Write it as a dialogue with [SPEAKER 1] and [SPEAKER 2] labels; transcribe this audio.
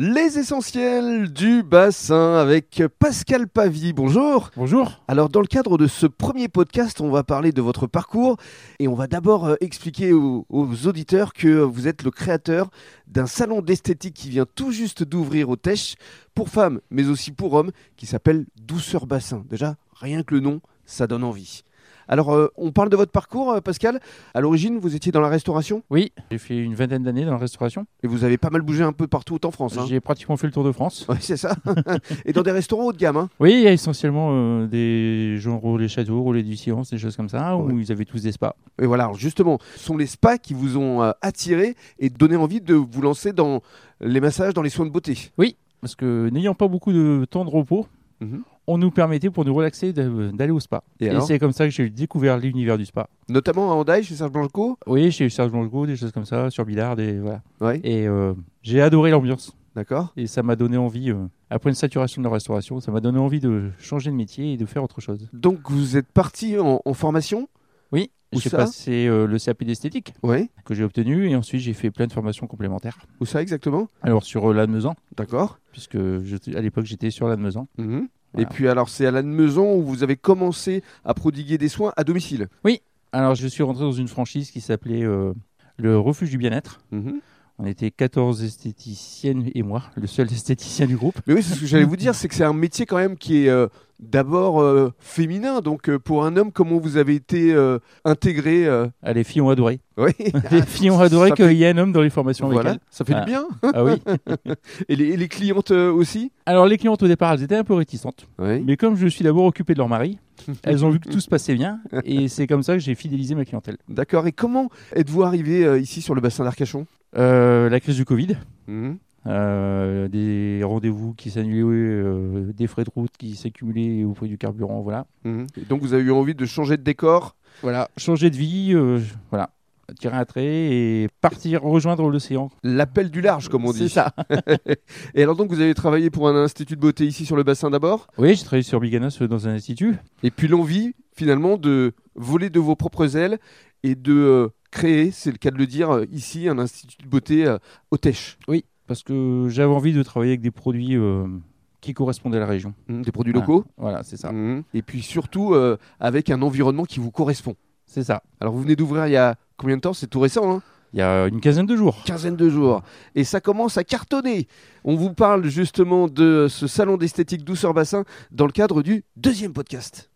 [SPEAKER 1] Les essentiels du bassin avec Pascal Pavie. Bonjour.
[SPEAKER 2] Bonjour.
[SPEAKER 1] Alors, dans le cadre de ce premier podcast, on va parler de votre parcours et on va d'abord euh, expliquer aux, aux auditeurs que euh, vous êtes le créateur d'un salon d'esthétique qui vient tout juste d'ouvrir au Tech pour femmes, mais aussi pour hommes, qui s'appelle Douceur Bassin. Déjà, rien que le nom, ça donne envie. Alors, euh, on parle de votre parcours, euh, Pascal. À l'origine, vous étiez dans la restauration
[SPEAKER 2] Oui, j'ai fait une vingtaine d'années dans la restauration.
[SPEAKER 1] et vous avez pas mal bougé un peu partout en France. hein.
[SPEAKER 2] J'ai pratiquement fait le tour de France.
[SPEAKER 1] Ouais, c'est ça. et dans des restaurants haut de gamme. hein.
[SPEAKER 2] Oui, il y a essentiellement euh, des gens relais château, relais du silence, des choses comme ça, où ils avaient tous des spas.
[SPEAKER 1] Et voilà, alors justement, ce sont les spas qui vous ont euh, attiré et donné envie de vous lancer dans les massages, dans les soins de beauté.
[SPEAKER 2] Parce que n'ayant pas beaucoup de temps de repos,
[SPEAKER 1] Mhm.
[SPEAKER 2] on nous permettait pour nous relaxer de- euh, d'aller au spa.
[SPEAKER 1] Et
[SPEAKER 2] Et,
[SPEAKER 1] alors
[SPEAKER 2] c'est comme ça que j'ai découvert l'univers du spa.
[SPEAKER 1] Notamment à Hendaye, chez Serge Blanco.
[SPEAKER 2] Oui, chez Serge Longo, des choses comme ça, sur Billard, et voilà.
[SPEAKER 1] Oui,
[SPEAKER 2] Et euh, j'ai adoré l'ambiance.
[SPEAKER 1] d'accord.
[SPEAKER 2] Et ça m'a donné envie, euh, après une saturation de la restauration, ça m'a donné envie de changer de métier et de faire autre chose.
[SPEAKER 1] Donc vous êtes parti en, en formation
[SPEAKER 2] Oui,
[SPEAKER 1] Où
[SPEAKER 2] j'ai
[SPEAKER 1] ça
[SPEAKER 2] passé euh, le CAP d'esthétique.
[SPEAKER 1] Oui.
[SPEAKER 2] que j'ai obtenu et ensuite j'ai fait plein de formations complémentaires.
[SPEAKER 1] Où ça exactement
[SPEAKER 2] Alors sur euh, l'Admezan,
[SPEAKER 1] D'accord.
[SPEAKER 2] puisque je- à l'époque j'étais sur l'Admezan.
[SPEAKER 1] Mhm. Et
[SPEAKER 2] Voilà.
[SPEAKER 1] puis alors, c'est à la maison où vous avez commencé à prodiguer des soins à domicile.
[SPEAKER 2] Alors je suis rentré dans une franchise qui s'appelait euh, le Refuge du Bien-être.
[SPEAKER 1] Mhm.
[SPEAKER 2] On était 14 esthéticiennes et moi, le seul esthéticien du groupe.
[SPEAKER 1] Mais oui, c'est ce que j'allais vous dire, c'est que c'est un métier quand même qui est euh, d'abord euh, féminin. Donc euh, pour un homme, comment vous avez été euh, intégré euh,
[SPEAKER 2] Ah, les filles ont adoré.
[SPEAKER 1] Oui.
[SPEAKER 2] les filles ont adoré
[SPEAKER 1] Ah, ça
[SPEAKER 2] qu'il y ait un homme dans les formations
[SPEAKER 1] Voilà,
[SPEAKER 2] avec
[SPEAKER 1] ça fait
[SPEAKER 2] Ah.
[SPEAKER 1] du bien.
[SPEAKER 2] elles. Ah oui.
[SPEAKER 1] Et les, et les clientes euh, aussi
[SPEAKER 2] Alors les clientes au départ, elles étaient un peu réticentes.
[SPEAKER 1] Oui.
[SPEAKER 2] Mais comme je suis d'abord occupé de leur mari, elles ont vu que tout se passait bien et c'est comme ça que j'ai fidélisé ma clientèle.
[SPEAKER 1] D'accord. Et comment êtes-vous arrivé euh, ici sur le bassin d'Arcachon
[SPEAKER 2] Euh, la crise du Covid,
[SPEAKER 1] Mhm,
[SPEAKER 2] Euh, des rendez-vous qui s'annulaient, euh, des frais de route qui s'accumulaient au prix du carburant, voilà.
[SPEAKER 1] Mhm. Et Donc vous avez eu envie de changer de décor
[SPEAKER 2] Voilà, changer de vie, euh, voilà, tirer un trait et partir rejoindre l'océan.
[SPEAKER 1] L'appel du large, comme on dit.
[SPEAKER 2] C'est ça.
[SPEAKER 1] Et alors donc vous avez travaillé pour un institut de beauté ici sur le bassin d'abord
[SPEAKER 2] Oui, j'ai travaillé sur Biganos euh, dans un institut.
[SPEAKER 1] Et puis l'envie finalement de voler de vos propres ailes et de euh, créer, c'est le cas de le dire, euh, ici un institut de beauté euh, au Tech.
[SPEAKER 2] Oui, parce que j'avais envie de travailler avec des produits euh, qui correspondaient à la région.
[SPEAKER 1] Mhm. Des produits locaux.
[SPEAKER 2] Voilà, c'est ça.
[SPEAKER 1] Mhm. Et puis surtout euh, avec un environnement qui vous correspond.
[SPEAKER 2] C'est ça.
[SPEAKER 1] Alors vous venez d'ouvrir il y a combien de temps C'est tout récent, hein
[SPEAKER 2] Il y a une quinzaine de jours.
[SPEAKER 1] quinzaine de jours. Et ça commence à cartonner. On vous parle justement de ce salon d'esthétique Douceur Bassin dans le cadre du deuxième podcast.